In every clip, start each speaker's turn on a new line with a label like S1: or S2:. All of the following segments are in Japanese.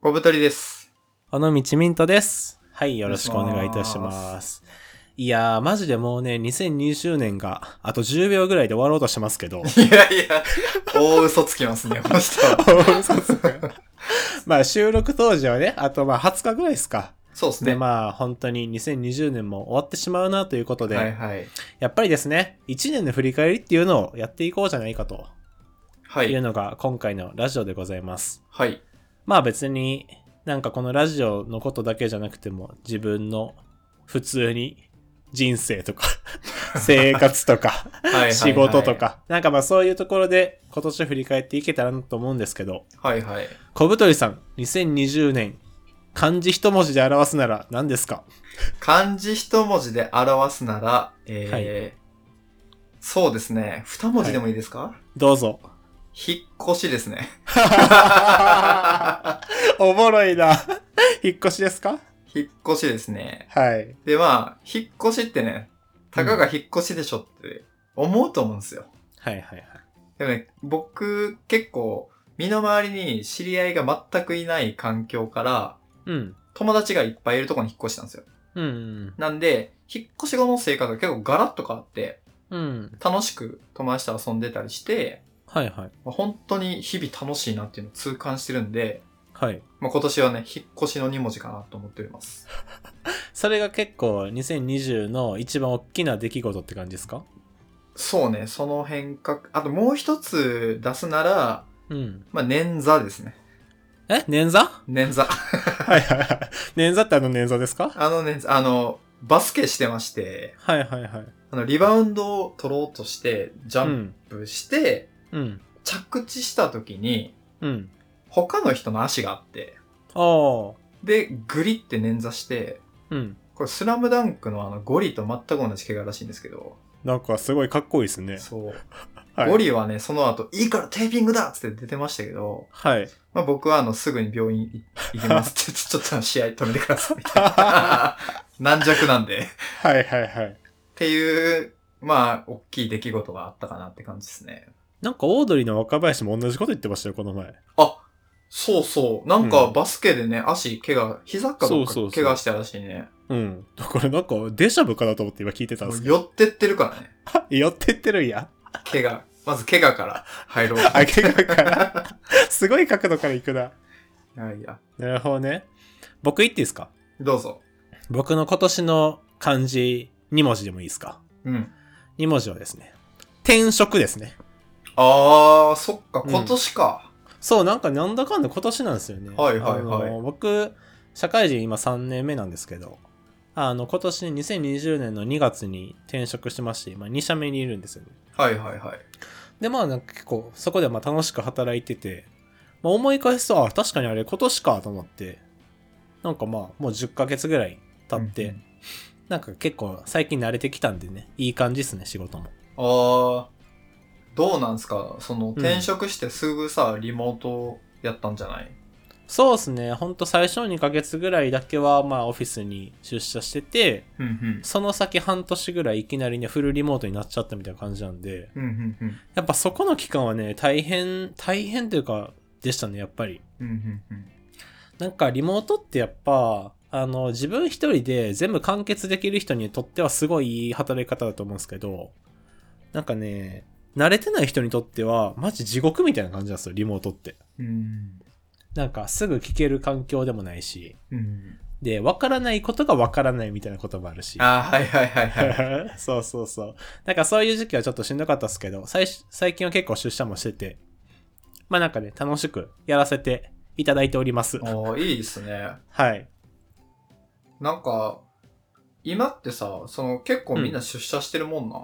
S1: 小太りです。
S2: 尾道ミントです。はい、よろしくお願いいたします。いやー、マジでもうね、2020年が、あと10秒ぐらいで終わろうとしてますけ ど。
S1: いやいや、大嘘つきますね、この 人は。
S2: まあ、収録当時はね、あとまあ20日ぐらいですか。
S1: そうですね。
S2: で、まあ、本当に2020年も終わってしまうなということで、
S1: はいはい。
S2: やっぱりですね、1年の振り返りっていうのをやっていこうじゃないかと
S1: はいい。
S2: うのが今回のラジオでございます。
S1: はい。
S2: まあ別になんかこのラジオのことだけじゃなくても自分の普通に人生 とか生活とか
S1: はいはいはい
S2: 仕事と。かなんかまあそういうところで今年振り返っていけたらなと思うんですけど
S1: はいはい。
S2: 小太りさん2020年漢字一文字で表すなら何ですか
S1: 漢字一文字で表すなら、えー
S2: はい
S1: そうですね。二文字でもいいですか、
S2: どう ぞ
S1: 引っ越しです ね。
S2: おもろいな引っ越しですか
S1: 引っ越しですね。
S2: はい
S1: で、まあ、引っ越しってね、たかが引っ越しでしょって思うと思うんですよ。
S2: はいはいはい
S1: でもね、僕、結構、身の回りに知り合いが全くいない環境から、
S2: うん
S1: 友達がいっぱいいるところに引っ越したんですよ。
S2: うん
S1: なんで、引っ越し後の生活が結構ガラッと変わって、
S2: うん
S1: 楽しく友達と遊んでたりして、
S2: はいはい
S1: まあ本当に日々楽しいなっていうのを痛感してるんで、
S2: はい
S1: まあ、今年はね、引っ越しの2文字かなと思っております。
S2: それが結構2020の一番大きな出来事って感じですか
S1: そうね、その変革。あともう一つ出すなら、
S2: うん。
S1: まあ、捻挫ですね。
S2: え捻挫
S1: 捻挫。
S2: はいはいはい。捻挫ってあの捻挫ですか
S1: あの捻挫、あの、バスケしてまして、
S2: はいはいはい。
S1: あの、リバウンドを取ろうとして、ジャ
S2: う
S1: ン
S2: ん。
S1: プして、
S2: うん。
S1: 着地した時に、
S2: うん。
S1: 他の人の足があって、
S2: ああ。
S1: で、グリって捻挫して、
S2: うん。
S1: これスラムダンクのあのゴリと全く同じ怪我らしいんですけど、
S2: なんかすごいかっこいいですね。
S1: そう。
S2: はい、
S1: ゴリはね、その後、いいからテーピングだっつって出てましたけど、
S2: はい。
S1: まあ、僕はあの、すぐに病院い行きますって、 ちょちょっとあの試合止めてくださいみたいな。 軟弱なんで。っ
S2: はいはいはい。
S1: ていう、まあ、大きい出来事があったかなって感じですね。
S2: なんかオードリーの若林も同じこと言ってましたよ、この前。
S1: あ、そうそう。なんか
S2: うん
S1: バスケでね、足怪我、膝かどっか
S2: そうそうそ
S1: 怪
S2: う
S1: 我したらしいね。
S2: うん。これなんかデジャブかなと思って今聞いてたん
S1: も
S2: です
S1: う
S2: けど。
S1: 寄ってってるからね。
S2: 寄ってってるんや。
S1: 怪我。まず怪我から入ろう。
S2: あ、怪我から。 すごい角度から行くな。
S1: いやいや。
S2: なるほどね。僕言っていいですか
S1: どうぞ。
S2: 僕の今年の漢字2文字でもいいですか
S1: うん。
S2: 2文字はですね、転職ですね。
S1: あー、そっか、
S2: うん
S1: 今年か。
S2: そう、なんかなんだかんだ今年なんですよね。
S1: はいはいはい
S2: あの僕、社会人今3年目なんですけど、あの、今年2020年の2月に転職してまして、今2社目にいるんですよね。
S1: はいはいはい。
S2: で、まあなんか結構、そこでまあ楽しく働いてて、まあ、思い返すと、あ、確かにあれ今年かと思って、なんかまあ、もう10ヶ月ぐらい経って、
S1: うんうん
S2: なんか結構最近慣れてきたんでね、いい感じですね、仕事も。
S1: あー、どうなんすかその、
S2: ん
S1: 転職してすぐさ、リモートやったんじゃない
S2: そうですね。ほんと最初2ヶ月ぐらいだけは、まあオフィスに出社してて、
S1: うんうん。
S2: その先半年ぐらいいきなりね、フルリモートになっちゃったみたいな感じなんで、
S1: うんうんうん。
S2: やっぱそこの期間はね、大変、大変というか、でしたね、やっぱり。
S1: うんうんうん。
S2: なんかリモートってやっぱ、あの、自分一人で全部完結できる人にとってはすごいいい働き方だと思うんですけど、なんかね、慣れてない人にとっては、マジ地獄みたいな感じなんですよ、リモートって。
S1: うん。
S2: なんかすぐ聞ける環境でもないし、
S1: うん。
S2: で、わからないことがわからないみたいなこともあるし。
S1: あー、はいはいはい はい。
S2: そうそうそう。なんかそういう時期はちょっとしんどかったですけど、最し最近は結構出社もしてて、まあなんかね、楽しくやらせていただいております。
S1: あー、いいですね。
S2: はい。
S1: なんか、今ってさ、その、結構みんな出社してるもんな。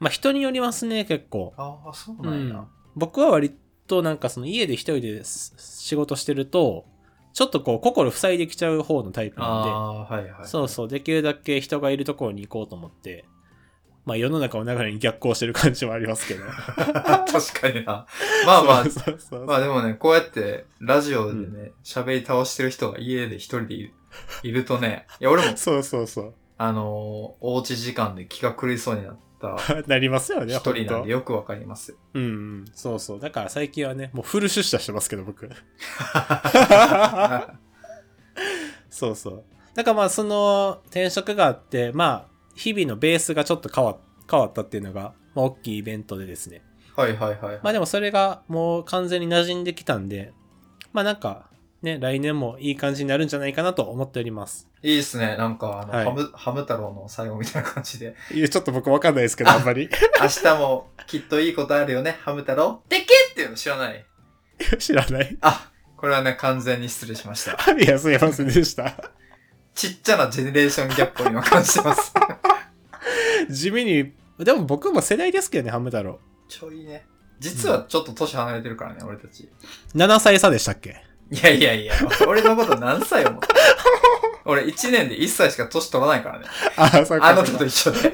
S2: まあ人によりますね、結構。
S1: あー、そうなん
S2: うん
S1: や。
S2: 僕は割となんかその家で一人です仕事してると、ちょっとこう心塞いできちゃう方のタイプなん
S1: あー、はいはい。
S2: で、そうそう、できるだけ人がいるところに行こうと思って、まあ世の中の流れに逆行してる感じはありますけど。
S1: 確かにな。まあまあ
S2: そう、そうそう
S1: まあでもね、こうやって、ラジオでね、喋、り倒してる人が家で一人でいるいるとね、いや、俺も、
S2: そうそうそう。
S1: あのーおうち時間で気が狂いそうになった 方
S2: なりますよね、
S1: 一
S2: ほ
S1: 人なんでよくわかります よ。
S2: うんうん、そうそう。だから最近はね、もうフル出社してますけど、僕。
S1: あ
S2: そうそう。だからまあ、その転職があって、まあ、日々のベースがちょっと変わ変わったっていうのが、まあ、大きいイベントでですね。
S1: はいはいはい。
S2: まあでもそれがもう完全に馴染んできたんで、まあなんか、ね、来年もいい感じになるんじゃないかなと思っております。
S1: いいですね。なんか、あの、
S2: はい
S1: ハム、ハム太郎の最後みたいな感じで。
S2: いや、ちょっと僕わかんないですけど、あんまり。
S1: 明日もきっといいことあるよね、ハム太郎。でけっていうの知らない。
S2: 知らない。
S1: あ、これはね、完全に失礼しました。
S2: いや、すいませんでした。
S1: ちっちゃなジェネレーションギャップを今感じてます。
S2: 地味に、でも僕も世代ですけどね、ハム太郎。
S1: ちょいね。実はちょっと年離れてるからね、俺たち。い
S2: 7歳差でしたっけ
S1: やいやいや、俺のこと何歳思ってる俺1年で1歳しか年取らないからね。
S2: あ、そう
S1: あ
S2: か
S1: なた
S2: そう
S1: と
S2: か。
S1: 一緒で。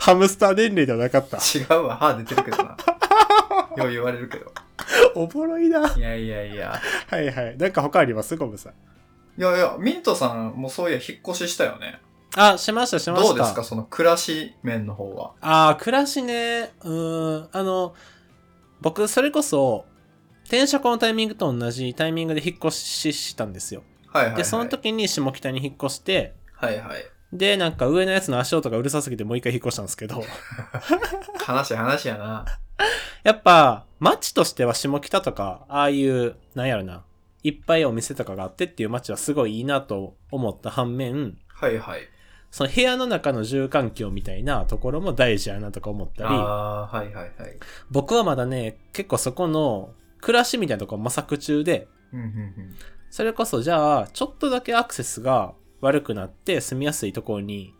S2: ハムスター年齢ではなかった。
S1: 違うわ、歯出てるけどな。よう言われるけど。
S2: おぼろいな。
S1: いやいやいや。
S2: はいはい。なんか他ありますゴムさん。
S1: いやいや、ミントさんもそういや引っ越ししたよね。
S2: あ、しました、しました。
S1: どうですかその暮らし面の方は。
S2: ああ、暮らしね、うーん、あの、僕、それこそ、転職のタイミングと同じタイミングで引っ越ししたんですよ。
S1: はいはい、はい。
S2: で、その。時に下北に引っ越して、
S1: はいはい。
S2: で、なんか上のやつの足音がうるさすぎてもう一回引っ越したんで すけど、
S1: 話話やな。
S2: やっぱ、街としては下北とか、ああいう、なんやろな、いっぱいお店とかがあってっていう街はすごいいいなと思った反面、
S1: はいはい。
S2: その部屋の中の住環境みたいなところも大事やなとか思ったり、
S1: ああー、はいはいはい。
S2: 僕はまだね、結構そこの暮らしみたいなとこ模索中で、
S1: うんうんうん。
S2: それこそじゃあ、ちょっとだけアクセスが悪くなって住みやすいところに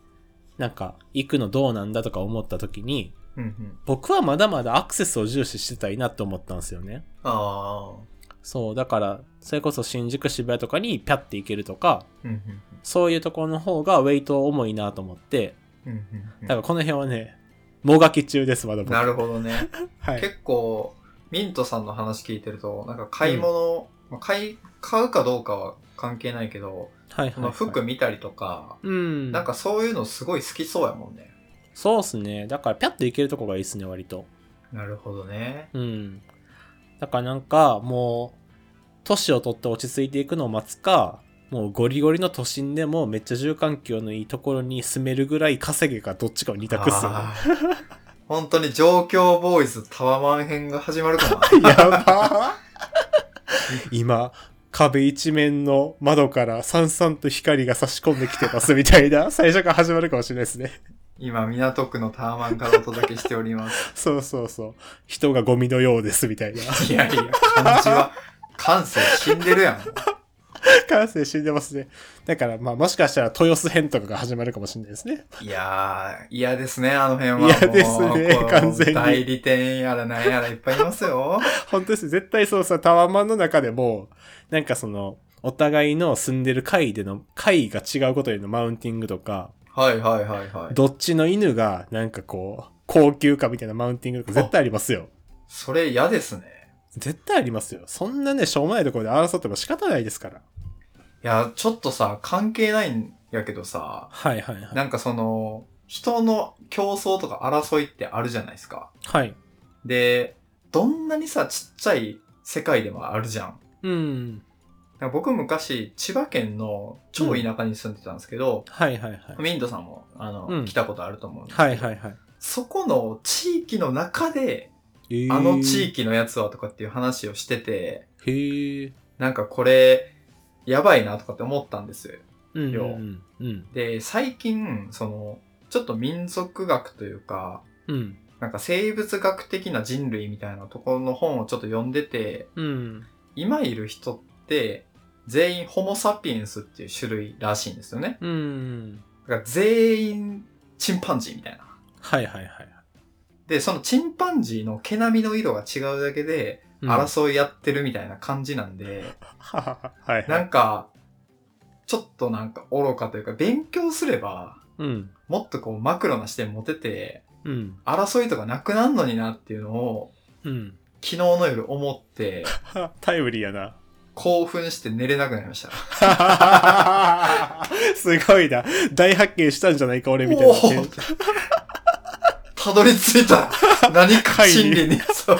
S2: なんか行くのどうなんだとか思った時に、
S1: うんうん。
S2: 僕はまだまだアクセスを重視してたいなと思ったんですよね。
S1: ああ。
S2: そう、だから、それこそ新宿渋谷とかにピャって行けるとか、
S1: うんうん
S2: そういうところの方がウェイト重いなと思って、
S1: うんうんう
S2: だ
S1: ん
S2: からこの辺はね、もがき中です、まだ僕。
S1: なるほどね。
S2: はい。
S1: 結構、ミントさんの話聞いてると、なんか買い物、まあ買い、買うかどうかは関係ないけど、
S2: は
S1: そ
S2: いはい、は
S1: の
S2: い。
S1: 服見たりとか、
S2: うん。
S1: なんかそういうのすごい好きそうやもんね。
S2: そうっすね。だから、ピャッといけるとこがいいっすね、割と。
S1: なるほどね。
S2: うん。だからなんか、もう、年を取って落ち着いていくのを待つか、もうゴリゴリの都心でもめっちゃ住環境のいいところに住めるぐらい稼げかどっちかを二択っすよね。
S1: あー本当に上京ボーイズタワマン編が始まる かな。
S2: やば今、壁一面の窓からさんさんと光が差し込んできてますみたいな、最初から始まるかもしれないですね。
S1: 今、港区のタワマンからお届けしております。
S2: そうそうそう。人がゴミのようですみたいな。
S1: いやいや、感じは、感性死んでるやん。
S2: 感性死んでますね。だから、まあもしかしたら豊洲編とかが始まるかもしれないですね。
S1: いやー、嫌ですね、あの辺は。
S2: 嫌です
S1: もう
S2: ね
S1: こう
S2: 完全に
S1: 代理店やらなんやらいっぱいいますよ。
S2: 本当ですね絶対そうさ、タワマンの中でも、なんかその、お互いの住んでる階での、階が違うことへのマウンティングとか、
S1: はいはいはいはい。
S2: どっちの犬が、なんかこう、高級かみたいなマウンティングとか絶対ありますよ。
S1: それ嫌ですね。
S2: 絶対ありますよ。そんなね、しょうもないところで争っても仕方ないですか
S1: い
S2: ら。
S1: や、ちょっとさ、関係ないんやけどさ、
S2: はいはいはい。
S1: なんかその、人の競争とか争いってあるじゃないですか。
S2: はい。
S1: で、どんなにさ、ちっちゃい世界でもあるじゃん。
S2: うん。
S1: なんか僕昔、千葉県の超田舎に住んでたんですけど、
S2: はいはいはい。
S1: ミントさんも、あの、
S2: うん
S1: 来たことあると思うんですけど、
S2: はいはいはい。
S1: そこの地域の中で、
S2: えー
S1: あの地。域のやつはとかっていう話をしてて、
S2: へえ。
S1: なんかこれ、やばいなとかって思ったんですよ。
S2: うん。う
S1: よ
S2: ん。うん。
S1: で、最近、その、ちょっと民族学というか、
S2: うん。
S1: なんか生物学的な人類みたいなところの本をちょっと読んでて、
S2: うん。
S1: 今いる人って、全員ホモ・サピエンスっていう種類らしいんですよね。
S2: うん。
S1: だから全員チンパンジーみたいな。
S2: はいはいはい。
S1: で、そのチンパンジーの毛並みの色が違うだけで、
S2: うん
S1: 争いやってるみたいな感じなん で、
S2: ははははい
S1: な
S2: はい。
S1: んか、ちょっとなんか愚かというか、勉強すれば、
S2: うん。
S1: もっとこうマクロな視点持てて、
S2: うん。
S1: 争いとかなくなるのになっていうのを、
S2: うん。
S1: 昨日の夜思って、
S2: タイムリーや な。
S1: 興奮して寝れなくなりました。
S2: すごいな。大発見したんじゃないか、俺みたい
S1: お
S2: な。
S1: ーたどり着いた 何か真理に。そう。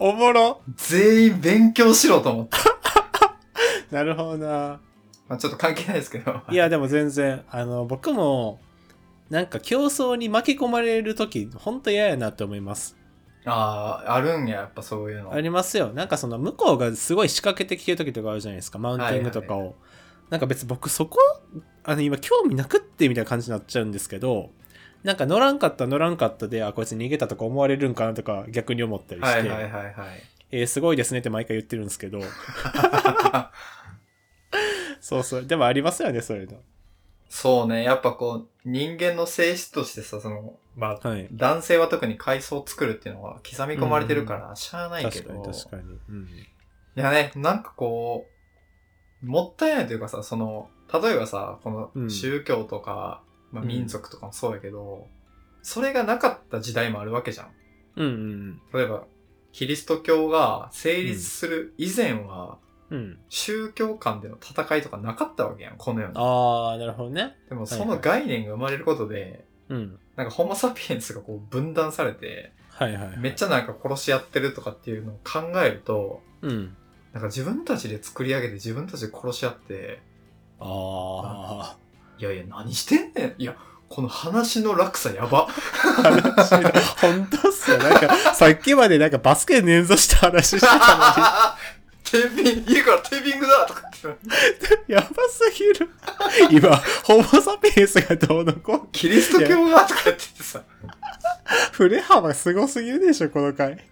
S2: おもろ
S1: 全員勉強しろと思って。
S2: なるほどな。
S1: まあちょっと関係ないですけど。
S2: いや、でも全然、あの、僕も、なんか競争に巻き込まれるとき、ほんと嫌やなって思います。
S1: ああ、あるんや、やっぱそういうの。
S2: ありますよ。なんかその、向こうがすごい仕掛けてきてるときとかあるじゃないですか、マウンティングとかを。なんか別に僕そこ、あの、今興味なくってみたいな感じになっちゃうんですけど、なんか乗らんかった乗らんかったで、あ、こいつ逃げたとか思われるんかなとか逆に思ったりして、
S1: はいはいはいはい。
S2: えーすごいですねって毎回言ってるんです けど、そうそう。でもありますよね、そういうの。
S1: そうね、やっぱこう、人間の性質としてさ、その、まあ、
S2: はい。
S1: 男性は特に階層を作るっていうのは刻み込まれてるから、しゃあないけ
S2: 確
S1: ど。
S2: かに確かに。う
S1: い
S2: ん。
S1: やね、なんかこう、もったいないというかさ、その、例えばさ、こ
S2: う
S1: の
S2: ん
S1: 宗教とか、まあ
S2: うん
S1: 民族とかもそうやけど、それがなかった時代もあるわけじゃん。
S2: うんうん
S1: 例えば、キリスト教が成立する以前は、
S2: うん。うん。
S1: 宗教間での戦いとかなかったわけやん、この世に。
S2: ああ、なるほどね。
S1: でもその概念が生まれることで、
S2: うん。
S1: なんかホモ・サピエンスがこう分断されて、
S2: はいはい、はい。
S1: めっちゃなんか殺し合ってるとかっていうのを考えると、
S2: うん。
S1: なんか自分たちで作り上げて自分たちで殺し合って、
S2: あ
S1: いやいや、何してんねん。いや、この話の落差や ば。
S2: あ。話が、本当っすよ。なんか、さっきまでなんかバスケ捻挫した話してたのに、
S1: テーピング、家からテーピングだとか言って。
S2: やばすぎる。今、ホモサピエンスがどうのこうの、
S1: キリスト教がとか言っててさ。
S2: 触れ幅すごすぎるでしょ、この回。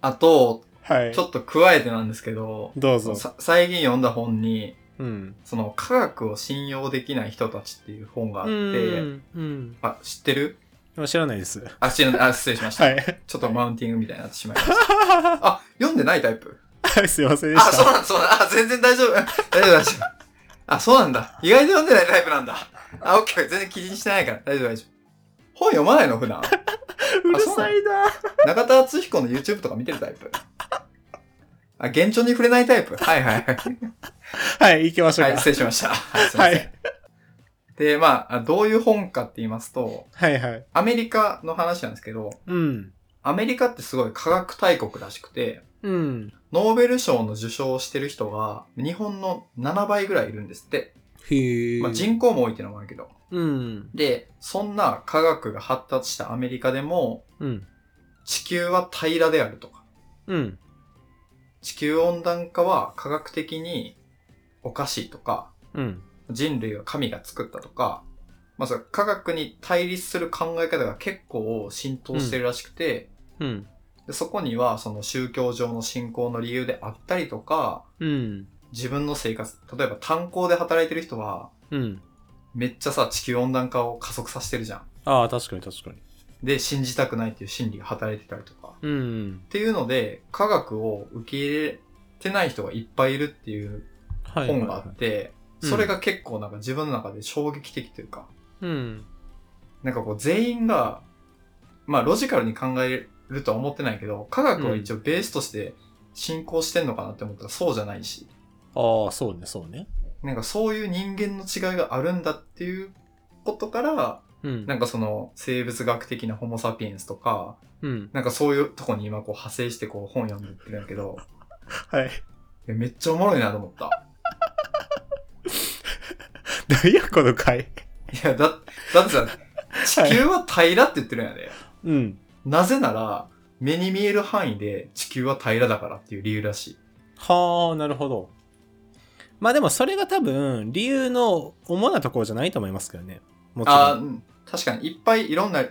S1: あと、
S2: はい
S1: ち。ょっと加えてなんですけど、
S2: どうぞ。
S1: さ最近読んだ本に、
S2: うん。
S1: その科学を信用できない人たちっていう本があっ
S2: う
S1: て、
S2: ん。うん。
S1: あ、知ってる
S2: でも知らないです。
S1: あ、知らない。あ、失礼しました。
S2: はい。
S1: ちょっとマウンティングみたいになってしまいました。あ、読んでないタイプ
S2: すいませんで
S1: あ、
S2: し
S1: そう
S2: た。
S1: なんだ、そうなんだ。あ、全然大丈夫。大丈夫、大丈夫。あ、そうなんだ。意外と読んでないタイプなんだ。あ、オッケー。全然気にしてないから。大丈夫、大丈夫。本読まないの、普段。
S2: うるさいな。
S1: 中田敦彦の YouTube とか見てるタイプ。あ、現状に触れないタイプ。はいはいはい。
S2: はい、行きましょ
S1: は
S2: う
S1: い、
S2: か。
S1: 失礼しました。はい、すいま
S2: は
S1: せん。
S2: い。
S1: で、まああ、どういう本かって言いますと、
S2: はいはい。
S1: アメリカの話なんですけど、
S2: うん。
S1: アメリカってすごい科学大国らしくて、
S2: うん。
S1: ノーベル賞の受賞をしてる人が日本の7倍ぐらいいるんですって。
S2: へえ。
S1: まあ人口も多いってのもあるけど。
S2: うん。
S1: で、そんな科学が発達したアメリカでも、
S2: うん。
S1: 地球は平らであるとか、
S2: うん。
S1: 地球温暖化は科学的におかしいとか、
S2: うん。
S1: 人類は神が作ったとか、まあ、それ科学に対立する考え方が結構浸透してるらしくて、
S2: うん。
S1: でそこにはその宗教上の信仰の理由であったりとか、
S2: うん。
S1: 自分の生活、例えば炭鉱で働いてる人は、
S2: うん。
S1: めっちゃさ、地球温暖化を加速させてるじゃん。
S2: ああ、確かに確かに。
S1: で、信じたくないっていう心理が働いてたりとか。
S2: うん
S1: っ。ていうので、科学を受け入れてない人がいっぱいいるっていう
S2: はいはいはい。
S1: 本があって、
S2: うん
S1: それが結構なんか自分の中で衝撃的というか、
S2: うん。
S1: なんかこう全員が、まあロジカルに考えるとは思ってないけど、科学を一応ベースとして進行してんのかなって思ったらそうじゃないし、
S2: ああ、そうね、そうね。
S1: なんかそういう人間の違いがあるんだっていうことから、
S2: うん。
S1: なんかその生物学的なホモサピエンスとか、
S2: うん。
S1: なんかそういうとこに今こう派生してこう本読んでってるんだけど、
S2: はい。
S1: いやめっちゃおもろいなと思った。
S2: 何や、この回。
S1: いや、だ、だっ てさ、地球は平らって言ってるんやで。
S2: うん。
S1: なぜなら、目に見える範囲で地球は平らだからっていう理由らしい。
S2: はあ、なるほど。まあでも、それが多分、理由の主なところじゃないと思いますけどね。もちろ
S1: ああ、
S2: ん。
S1: うん確かにいっぱいいろんな、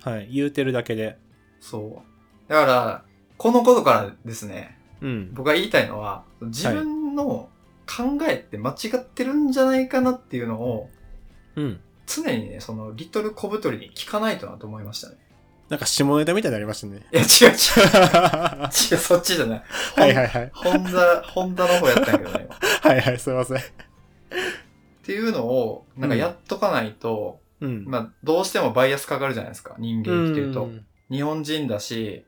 S2: はい。言うてるだけで。
S1: そう。だから、このことからですね、
S2: うん。
S1: 僕が言いたいのは、自分の考えって間違ってるんじゃないかなっていうのを、
S2: うん。
S1: 常にね、その、リトル小太りに聞かないとなと思いましたね。。
S2: なんか、下ネタみたいになりましたね
S1: いや、違う違う。違
S2: は
S1: う、そっちじゃない。
S2: いはいはい。
S1: ホンダ、ホンダの方やったんやけどね、 今。
S2: はいはい、すいません。
S1: っていうのを、なんかやっとかないと、
S2: うん。
S1: まあ、どうしてもバイアスかかるじゃないですか、人間生きてると。
S2: うん
S1: 日本人だし、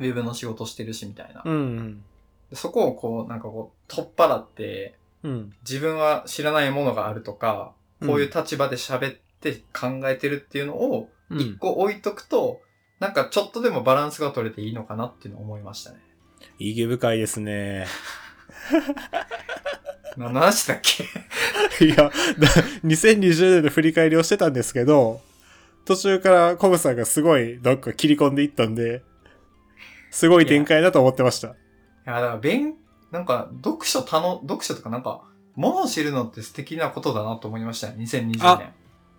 S1: ウェブの仕事してるし、みたいな。
S2: うん。
S1: でそこをこう、なんかこう、取っ払って、
S2: うん。
S1: 自分は知らないものがあるとか、こういう立場で喋っって考えてるっていうのを、
S2: う
S1: 一
S2: ん、
S1: 個置いとくと、なんかちょっとでもバランスが取れていいのかなっていうのを思いましたね。
S2: 意義深いですね。
S1: な何話だっけ
S2: いや、だ2020年の振り返りをしてたんですけど、途中からコブさんがすごいどっか切り込んでいったんで、すごい展開だと思ってました。
S1: いや、だから勉、なんか読書たの、読書とかなんか、物を知るのって素敵なことだなと思いましたね、2020年。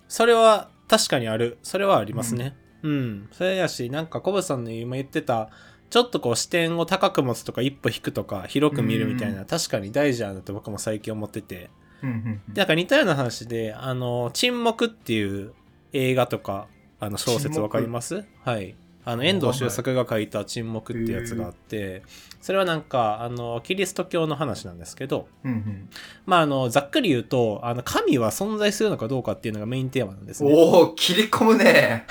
S2: それは確かにある。それはありますね。うん。それやし、なんかコブさんの今言ってた、ちょっとこう視点を高く持つとか一歩引くとか広く見るみたいな、
S1: う
S2: 確かに大事だなって僕も最近思ってて。
S1: うんうんうん。
S2: なんか似たような話で、あの、沈黙っていう映画とか、あの小
S1: 沈
S2: 説
S1: 黙
S2: わかりますはい。あの、遠藤周作が書いた沈黙ってやつがあって、それはなんか、あの、キリスト教の話なんですけど、
S1: うんうん、
S2: まあ、あの、ざっくり言うと、あの、神は存在するのかどうかっていうのがメインテーマなんですね。
S1: おお切り込む ね。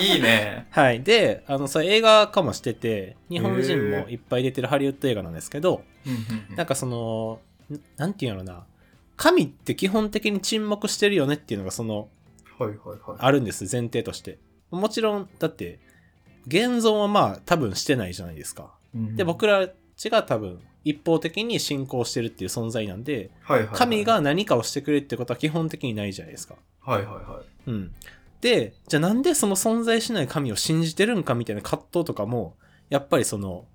S1: いいね。
S2: はい。で、あの、それ映画化もしてて、日本人もいっぱい出てるハリウッド映画なんですけど、
S1: うんうんうん
S2: なんかその、んなんていうのな、神って基本的に沈黙してるよねっていうのがその
S1: はいはいはい。
S2: あるんです前提としてもちろんだって現存はまあ多分してないじゃないですか
S1: うん
S2: で、僕らちが多分一方的に信仰してるっていう存在なんで
S1: はいはいはい
S2: 神。が何かをしてくれるってことは基本的にないじゃないですか
S1: はいはいはい。
S2: うんでじゃあなんでその存在しない神を信じてるんかみたいな葛藤とかもやっぱりその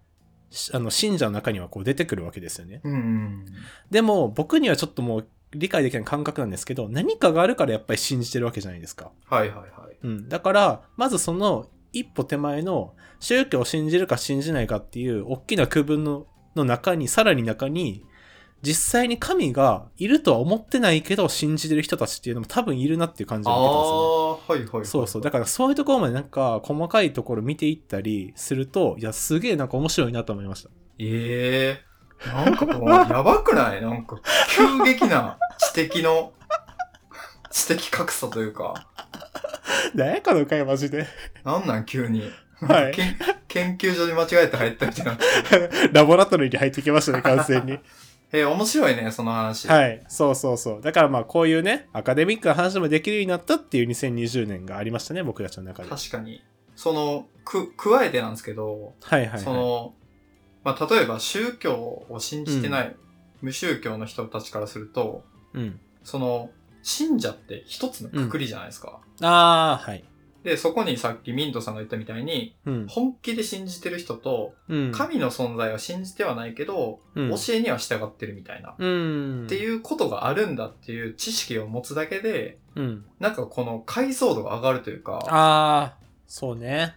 S2: しあの信者の中にはこう出てくるわけですよね
S1: うんうん。
S2: でも僕にはちょっともう理解できない感覚なんですけど何かがあるからやっぱり信じてるわけじゃないですか
S1: はいはいはい。
S2: うん、だからまずその一歩手前の宗教を信じるか信じないかっていう大きな区分のの中にさらに中に実際に神がいるとは思ってないけど信じてる人たちっていうのも多分いるなっていう感じ
S1: あ
S2: が受けたんですよね。
S1: あ、はいはいはい。
S2: そうそうだからそういうところまでなんか細かいところ見ていったりするといやすげえなんか面白いなと思いま した
S1: ええなんかこう、やばくないなんか、急激な知的の、知的格差というか、
S2: 誰かの会マジで
S1: なんなん急に。
S2: はい
S1: けん研究所に間違えて入ったみたいな。
S2: ラボラトリーに入ってきましたね完全に
S1: えー面白いね、その話。
S2: はい、そうそうそう。だからまあこういうね、アカデミックな話もできるようになったっていう2020年がありましたね、僕たちの中で。はい
S1: 確かに。その、く、加えてなんですけど、
S2: はいはい。
S1: その、まあ、例えば宗教を信じてない、無宗教の人たちからすると、
S2: うん。
S1: その、信者って一つのくくりじゃないですか。
S2: ああ、はい。
S1: で、そこにさっきミントさんが言ったみたいに、
S2: うん。
S1: 本気で信じてる人と、
S2: うん。
S1: 神の存在は信じてはないけど、
S2: うん
S1: 教えには従ってるみたいな、っ
S2: うん。
S1: て
S2: う。
S1: いうことがあるんだっていう知識を持つだけで、
S2: ん。
S1: なんかこの解像度が上がるというか、
S2: ああ、そうね。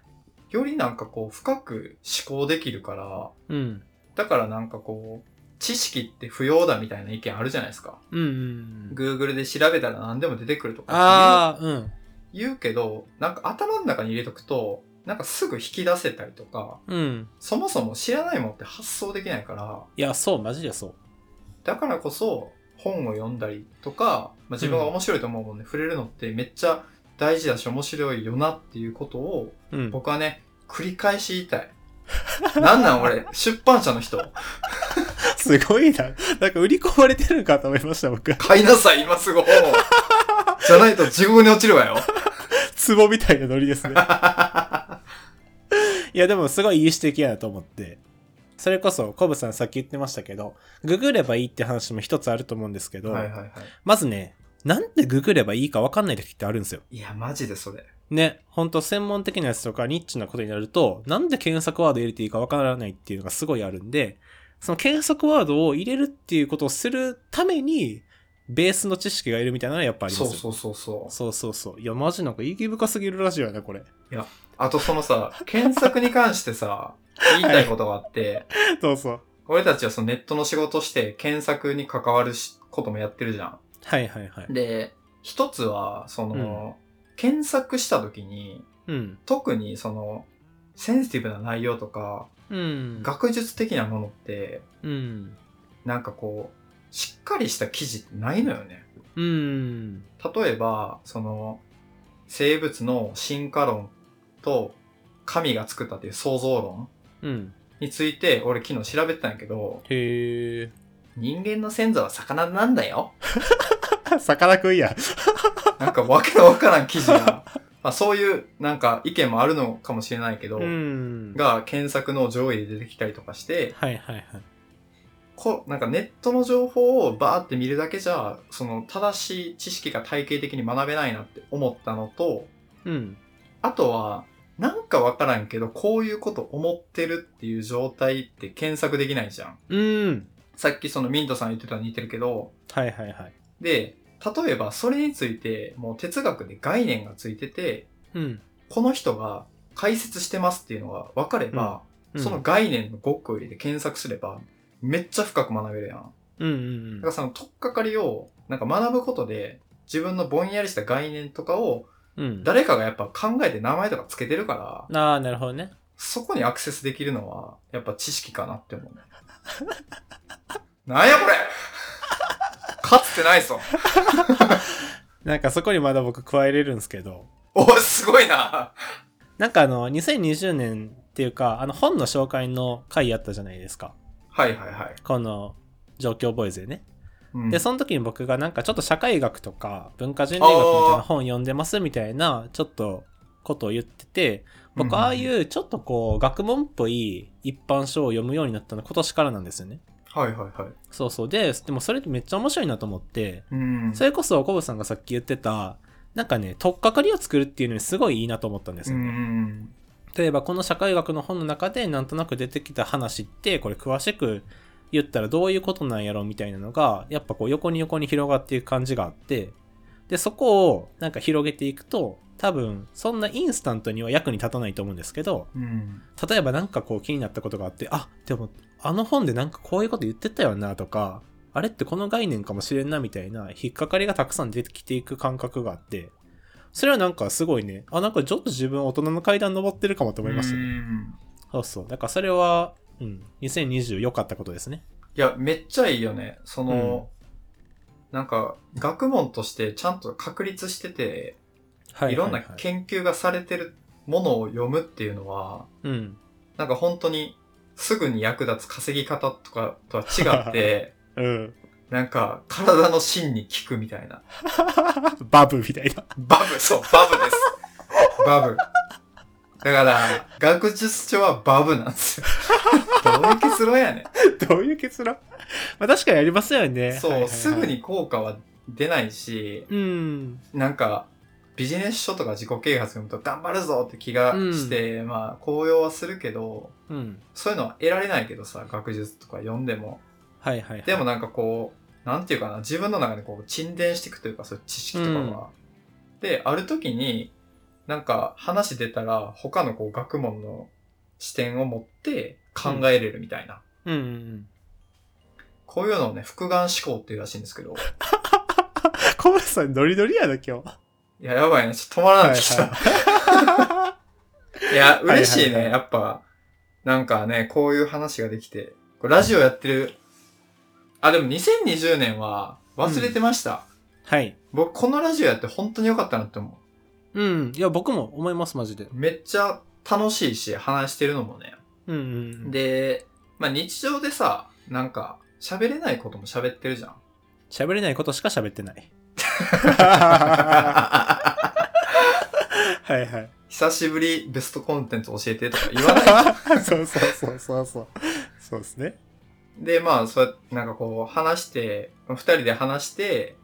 S1: よりなんかこう深く思考できるから、
S2: うん。
S1: だからなんかこう、知識って不要だみたいな意見あるじゃないですか。
S2: うんうん。
S1: Google で調べたら何でも出てくるとか
S2: ああ、うん。
S1: 言う言うけど、なんか頭の中に入れとくと、なんかすぐ引き出せたりとか、
S2: うん。
S1: そもそも知らないもんって発想できないから、
S2: いや、そう、マジでそう。
S1: だからこそ本を読んだりとか、まあ、自分が面白いと思うもんで、触れるのってめっちゃ大事だし面白いよなっていうことを
S2: うん。
S1: 僕はね、繰り返し言いたい。なんなん俺、 出版社の人。
S2: すごいな。なんか売り込まれてるんかと思いました、僕。
S1: 買いなさい、今すぐ本 を。じゃないと地獄に落ちるわよ。
S2: ツボみたいなノリですね。 いや、でもすごいいい指摘やなと思って。それこそ、コブさんさっき言ってましたけど、ググればいいって話も一つあると思うんですけど、
S1: はいはいは
S2: まずね、なんでググればいいか分かんない時ってあるんですよ。
S1: い。いや、マジでそれ。
S2: ね、ほんと専門的なやつとかニッチなことになると、なんで検索ワード入れていいか分からないっていうのがすごいあるんで、その検索ワードを入れるっていうことをするために、ベースの知識がいるみたいなのはやっぱあり
S1: そ
S2: ますよ
S1: うそうそうそう。
S2: そうそうそう。いや、マジなんか意義深すぎるラジオやね、これ。
S1: あとそのさ、検索に関してさ、言いたいことがあって、
S2: そうそう。
S1: 俺たちはそのネットの仕事をして検索に関わるしこともやってるじゃん。
S2: はいはいはい。
S1: で、一つは、その、検索した時に、
S2: うん。
S1: 特にその、センシティブな内容とか、
S2: うん。
S1: 学術的なものって、
S2: うん。
S1: なんかこう、しっかりした記事ってないのよね。
S2: うん。
S1: 例えば、その、生物の進化論と、神が作ったっていう創造論
S2: うん。
S1: について、俺昨日調べてたんやけど、
S2: へ え。
S1: 人間の先祖は魚なんだよ。
S2: 魚食いや。
S1: なんかわけのわからん記事が、まあそういうなんか意見もあるのかもしれないけど、
S2: うん。
S1: が検索の上位で出てきたりとかして、
S2: はいはいはい。
S1: こなんかネットの情報をバーって見るだけじゃ、その正しい知識が体系的に学べないなって思ったのと、
S2: うん。
S1: あとは、なんかわからんけど、こういうこと思ってるっていう状態って検索できないじゃん。
S2: うん。
S1: さっきそのミントさん言ってたの似てるけど、
S2: はいはいはい。
S1: で、例えばそれについて、もう哲学で概念がついてて、
S2: うん。
S1: この人が解説してますっていうのが分かれば、
S2: うん
S1: その、概念のごっこ入れて検索すれば、めっちゃ深く学べるやん。
S2: うんうん
S1: だから
S2: うん
S1: その取っかかりを、なんか学ぶことで、自分のぼんやりした概念とかを、
S2: うん。
S1: 誰かがやっぱ考えて名前とかつけてるから、
S2: ああ、なるほどね。
S1: そこにアクセスできるのは、やっぱ知識かなって思う。 なんやこれ かつてないぞ。
S2: なんかそこにまだ僕加えれるんですけど、
S1: おい、すごいな。
S2: なんかあの、2020年っていうか、あの本の紹介の回あったじゃないですか。
S1: はいはいはい。
S2: この、状況ボーイズでね。
S1: うん
S2: で、その時に僕がなんかちょっと社会学とか文化人類学みたいな本読んでますみたいな、ちょっとことを言ってて、僕ああい
S1: うん
S2: うちょっとこう、学問っぽい一般書を読むようになったのは今年からなんですよね。
S1: はいはいはい。
S2: そうそう。で、でもそれってめっちゃ面白いなと思って、
S1: うん。
S2: それこそコブさんがさっき言ってた、なんかね、取っかかりを作るっていうのにすごいいいなと思ったんです
S1: う
S2: よね。
S1: ん。
S2: 例えばこの社会学の本の中でなんとなく出てきた話ってこれ詳しく言ったらどういうことなんやろみたいなのがやっぱこう横に横に広がっていく感じがあってでそこをなんか広げていくと多分そんなインスタントには役に立たないと思うんですけど
S1: うん。
S2: 例えばなんかこう気になったことがあってあでもあの本でなんかこういうこと言ってたよなとかあれってこの概念かもしれんなみたいな引っかかりがたくさん出てきていく感覚があってそれはなんかすごいねあなんかちょっと自分大人の階段登ってるかもと思いましたね
S1: うん
S2: そうそう。だからそれは、うん、2020良かったことですね。
S1: いや、めっちゃいいよね。その、なんか、学問としてちゃんと確立してて、
S2: はい
S1: ろんな研究がされてるものを読むっていうのは、
S2: うん。
S1: なんか本当にすぐに役立つ稼ぎ方とかとは違 って、
S2: うん。
S1: なんか体の芯に効くみたいな。
S2: バブみたいな。
S1: バブ、そう、バブです。バブ。だから、学術書はバブなんですよ。どういう結論やね
S2: どういう結論まあ確かにありますよね。
S1: ん。そう、
S2: はいはいはい
S1: すぐ。に効果は出ないし、
S2: うん。
S1: なんか、ビジネス書とか自己啓発読むと頑張るぞって気がして、まあ、高揚はするけど、
S2: うん。
S1: そういうのは得られないけどさ、学術とか読んでも。
S2: はいはい、はい。
S1: でも、なんかこう、なんていうかな、自分の中でこう沈殿していくというか、そういう知識とかが。で、ある時に、なんか話出たら、他のこう学問の視点を持って考えれるみたいな。
S2: うんうんうん。
S1: こういうのをね、複眼思考っていうらしいんですけど。
S2: コブさんノリノリやな、今日。はい
S1: や、やばいね。ちょっと止まらないい
S2: はい
S1: た。 いや、嬉しい
S2: はいはいは
S1: ね。
S2: い
S1: やっぱ、なんかね、こういう話ができて。これラジオやってる。あ、でも2020年は忘れてました。
S2: はい。
S1: 僕、このラジオやって本当に良かったなって思
S2: うん。いや、僕も思います、マジで
S1: う。。めっちゃ楽しいし、話してるのもね。
S2: うんうんうん。、
S1: で、まあ日常でさ、なんか、喋れないことも喋ってる じゃん。
S2: 喋れないことしか喋って ない。はいはい。
S1: 久しぶりベストコンテンツ教えてとか言 わない
S2: そうそうそうそうそう。そうですね。
S1: で、まあ、そうやって、なんかこう、話して、二人で話して、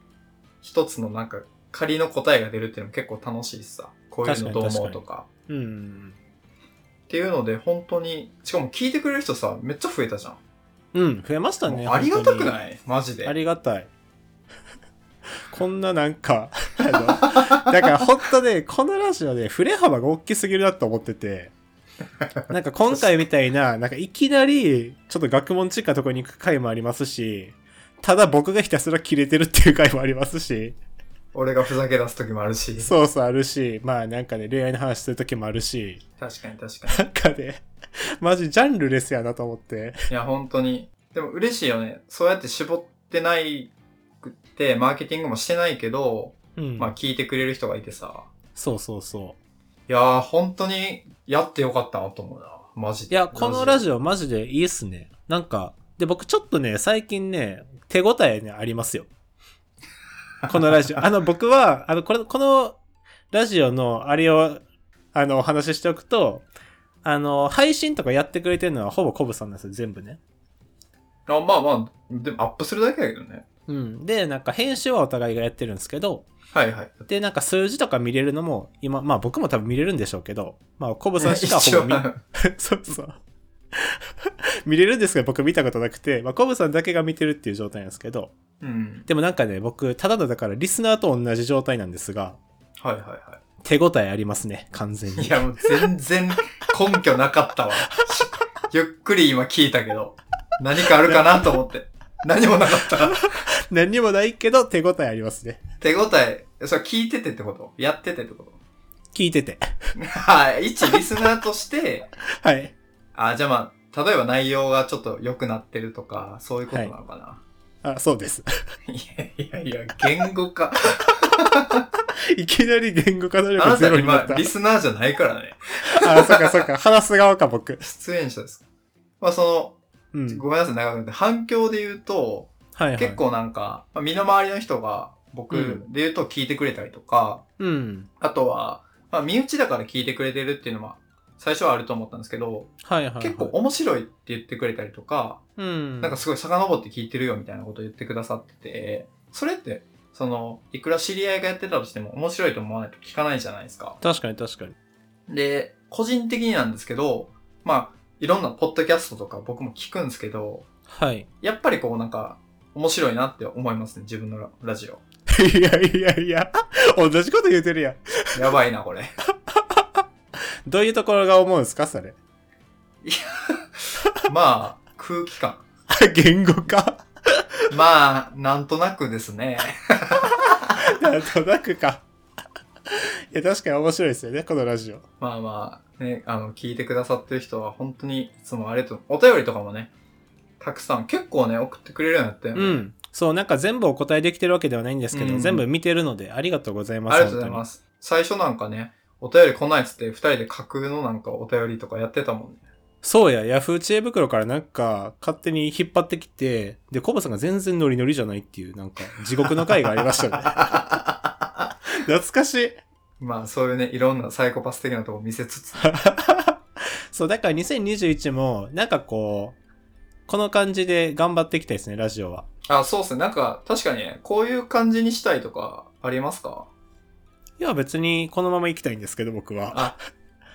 S1: 一つのなんか、仮の答えが出るっていうのも結構楽しいしさ。こういうのどう
S2: 確
S1: 思
S2: か
S1: う
S2: に
S1: とか。
S2: うんうんうん。
S1: っていうので、本当に、しかも聞いてくれる人さ、めっちゃ増えたじゃん。
S2: うん、増えました
S1: も
S2: ね。
S1: うありがた
S2: 本
S1: く
S2: 当に
S1: ないマジで。
S2: ありがたい。 こんななんか、あの、だから本当ね、このラジオで振れ幅が大きすぎるなと思ってて、なんか今回みたいな、なんかいきなり、ちょっと学問チックなとこに行く回もありますし、ただ僕がひたすらキレてるっていう回もありますし、
S1: 俺がふざけ出す時もある し。
S2: ソースあるし、まあなんかね、恋愛の話する時もあるし、
S1: 確かに確かに。
S2: なんかね、マジジャンルレスやなと思って。
S1: いや、本当に。でも嬉しいよね。そうやって絞ってないくって、マーケティングもしてないけど、
S2: うん。
S1: まあ聞いてくれる人がいてさ。
S2: そうそうそう。
S1: いやー、本当にやってよかったなと思うな。マジ
S2: い
S1: で。
S2: や、このラジオマジでいいっすね。なんか、で、僕ちょっとね、最近ね、手応えね、ありますよ。この ラジオ。あの、僕は、あの、これ、このラジオのあれを、あの、お話ししておくと、あの、配信とかやってくれてるのはほぼコブさんなんですよ、全部ね。
S1: あまあまあ、でもアップするだけだけどね。
S2: うん。で、なんか編集はお互いがやってるんですけど、
S1: はいはい。
S2: で、なんか数字とか見れるのも、今、まあ僕も多分見れるんでしょうけど、まあコブさんしかほぼ 見、
S1: 一応
S2: そうそう。見れるんですけど、僕見たことなくて、まあコブさんだけが見てるっていう状態なんですけど、
S1: うん。
S2: でもなんかね、僕、ただのだからリスナーと同じ状態なんですが、
S1: はいはいは
S2: 手応えありますね、完全
S1: い。い
S2: に。
S1: やもう全然根拠なかったわ。 ゆっくり今聞いたけど、何かあるかなと思って。何もなかった。
S2: 何にもないけど、手応えありますね。
S1: 手応え、それ聞いててってことやっててってこと
S2: 聞いてて。
S1: はい。一リスナーと して、
S2: はい。
S1: あ、じゃあまあ、例えば内容がちょっと良くなってるとか、そういうことなのかな。
S2: あ、そうです。
S1: い、やいやいや、言語 化。
S2: いきなり言語化能
S1: あ
S2: 力
S1: な
S2: ゼ
S1: た
S2: ロにな
S1: 今
S2: った、。
S1: リスナーじゃないからね。
S2: あ、そっかそっか。話す側か、僕。
S1: 出演者です。まあそ
S2: うん
S1: の、。ごめんなさい、長くなって、反響で言うと、
S2: はいはい。
S1: 結。構なんか、まあ身の回りの人が、僕
S2: うん
S1: で言うと聞いてくれたりとか、
S2: うん。
S1: あとは、まあ、身内だから聞いてくれてるっていうのは、最初はあると思ったんですけど、
S2: はいはいはい。
S1: 結構、面白いって言ってくれたりとか、
S2: うん。
S1: なんかすごい遡って聞いてるよみたいなことを言ってくださってて、それって、その、いくら知り合いがやってたとしても面白いと思わないと聞かないじゃないですか。
S2: 確かに確かに。
S1: で、個人的になんですけど、まあ、いろんなポッドキャストとか僕も聞くんですけど、
S2: はい。
S1: やっぱりこうなんか、面白いなって思いますね、自分のララジオ。
S2: いやいやいや、 同じこと言うてるやん。
S1: やばいな、これ。
S2: どういうところが思うんですか、それ。
S1: まあ、空気感。
S2: 言語化
S1: まあ、なんとなくですね。
S2: なんとなくか。いや、確かに面白いですよね、このラジオ。
S1: まあまあ、ね、あの、聞いてくださってる人は本当に、いつもありがとう。お便りとかもね、たくさん、結構ね、送ってくれるようになって。
S2: うん。そう、なんか全部お答えできてるわけではないんですけど、
S1: うん
S2: 全部見てるので、ありがとうございます。
S1: ありがとうございます。最初なんかね、お便り来ないっつって、二人で架空のなんかお便りとかやってたもんね。
S2: そうや、ヤフー知恵袋からなんか、勝手に引っ張ってきて、で、コブさんが全然ノリノリじゃないっていう、なんか、地獄の回がありま したね。懐かしい。
S1: まあ、そういうね、いろんなサイコパス的なとこ見せつ つ。
S2: そう、だから2021も、なんかこう、この感じで頑張っていきたいですね、ラジオは。
S1: あ、そうっすね。なんか、確かにね、こういう感じにしたいとか、ありますか
S2: いや、別にこのまま行きたいんですけど、僕は。
S1: あ、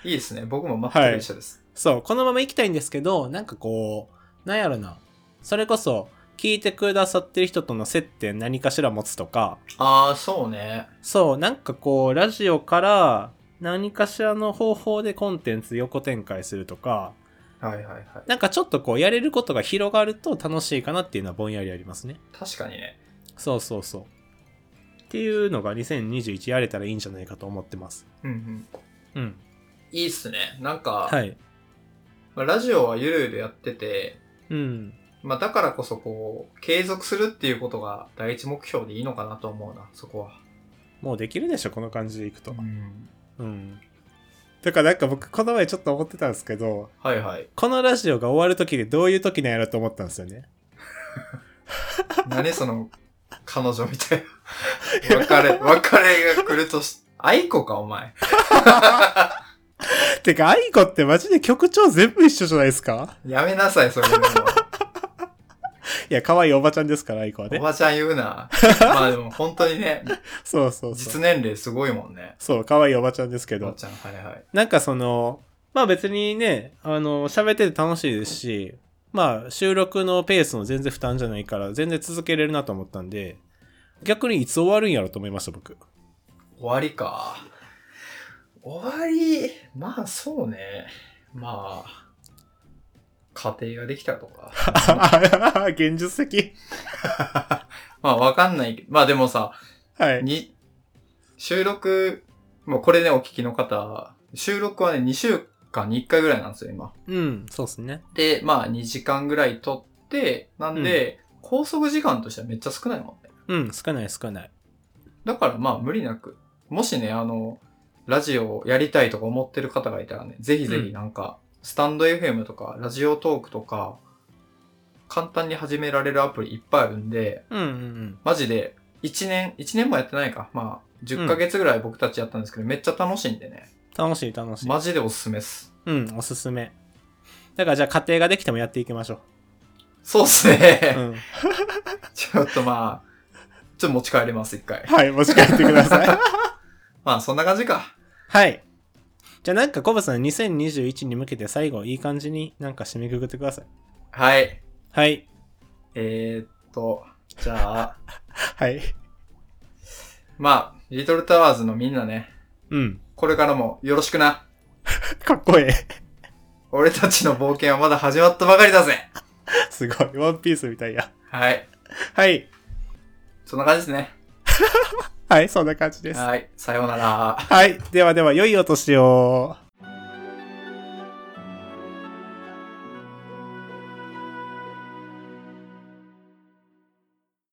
S1: いいですね。僕も全く一緒です。
S2: そう、このまま行きたいんですけど、なんかこう、なんやろな。それこそ、聞いてくださってる人との接点何かしら持つとか、
S1: ああ、そうね。
S2: そう、なんかこう、ラジオから何かしらの方法でコンテンツ横展開するとか、
S1: はいはいはい。
S2: なんかちょっとこう、やれることが広がると楽しいかなっていうのはぼんやりありますね。
S1: 確かにね。
S2: そうそうそう。っていうのが2021やれたらいいんじゃないかと思ってます。
S1: うんうん。
S2: うん。
S1: いいっすね。なんか、
S2: はい。
S1: まあラジオはゆるゆるやってて、
S2: うん。
S1: まあ、だからこそこう、継続するっていうことが第一目標でいいのかなと思うな、そこは。
S2: もうできるでしょ、この感じでいくと。
S1: ん。
S2: うん。だからなんか僕、この前ちょっと思ってたんですけど、
S1: はいはい。
S2: このラジオが終わる時でどういう時なんやろと思ったんです よね。
S1: 何その、彼女みたいな。別れ、別れが来るとし、愛子かお前。
S2: てか、アイコってマジで曲調全部一緒じゃないですか
S1: やめなさい、それも
S2: いや、可愛いおばちゃんですから、アイコは
S1: う。お
S2: ね。
S1: ばちゃん言うな。まあでも本当にね、
S2: そうそうそ
S1: 実
S2: う。
S1: 年齢すごいもんね。
S2: そう、可愛いおばちゃんですけ
S1: おば
S2: ど。
S1: ちゃん、はいはい。
S2: なんかその、まあ別にね、あの、喋ってて楽しいですし、まあ収録のペースも全然負担じゃないから、全然続けれるなと思ったんで、逆にいつ終わるんやろと思いまし た、僕。
S1: 終わりか。終わり、まあそうね。まあ、家庭ができたとか。
S2: 現実的。
S1: まあわかんないけど。まあでもさ、
S2: はい。
S1: に、収録、もうこれね、お聞きの方、収録はね、2週間に1回ぐらいなんですよ、今。
S2: うん、そうっすね。
S1: で、まあ2時間ぐらい撮って、なんで、拘束時間としてはめっちゃ少ないもんね。
S2: うん、少ない少ない。
S1: だからまあ無理なく。もしね、あの、ラジオをやりたいとか思ってる方がいたらね、ぜひぜ
S2: う
S1: ひ
S2: ん
S1: なんか、スタンド FM とか、ラジオトークとか、簡単に始められるアプリいっぱいあるんで、
S2: うんうんうん。
S1: マジで1年、1年もやってないか。まあ、10ヶ月ぐらい僕たちやったんですけど、めっちゃ楽しいんでね。
S2: 楽しい楽しい。
S1: マジでおすすめっす。
S2: うん、おすすめ。だからじゃあ家庭ができてもやっていきましょ
S1: そうっす
S2: う。
S1: ね。
S2: うん。
S1: ちょっとまあ、ちょっと持ち帰ります、一回。
S2: はい、持ち帰ってください。
S1: まあ、そんな感じか。
S2: はい。じゃあなんかコブさん2021に向けて最後いい感じになんか締めくくってください。
S1: はい。
S2: はい。
S1: えー、っと、じゃあ、
S2: はい。
S1: まあ、リトルタワーズのみんなね、
S2: うん。
S1: これからもよろしくな。
S2: かっこいい。
S1: 俺たちの冒険はまだ始まったばかりだぜ。
S2: すごい。ワンピースみたいや。
S1: はい。
S2: はい。
S1: そんな感じですね。
S2: はい、そんな感じです。
S1: はい。さようなら。
S2: はい。ではでは、良いお年を。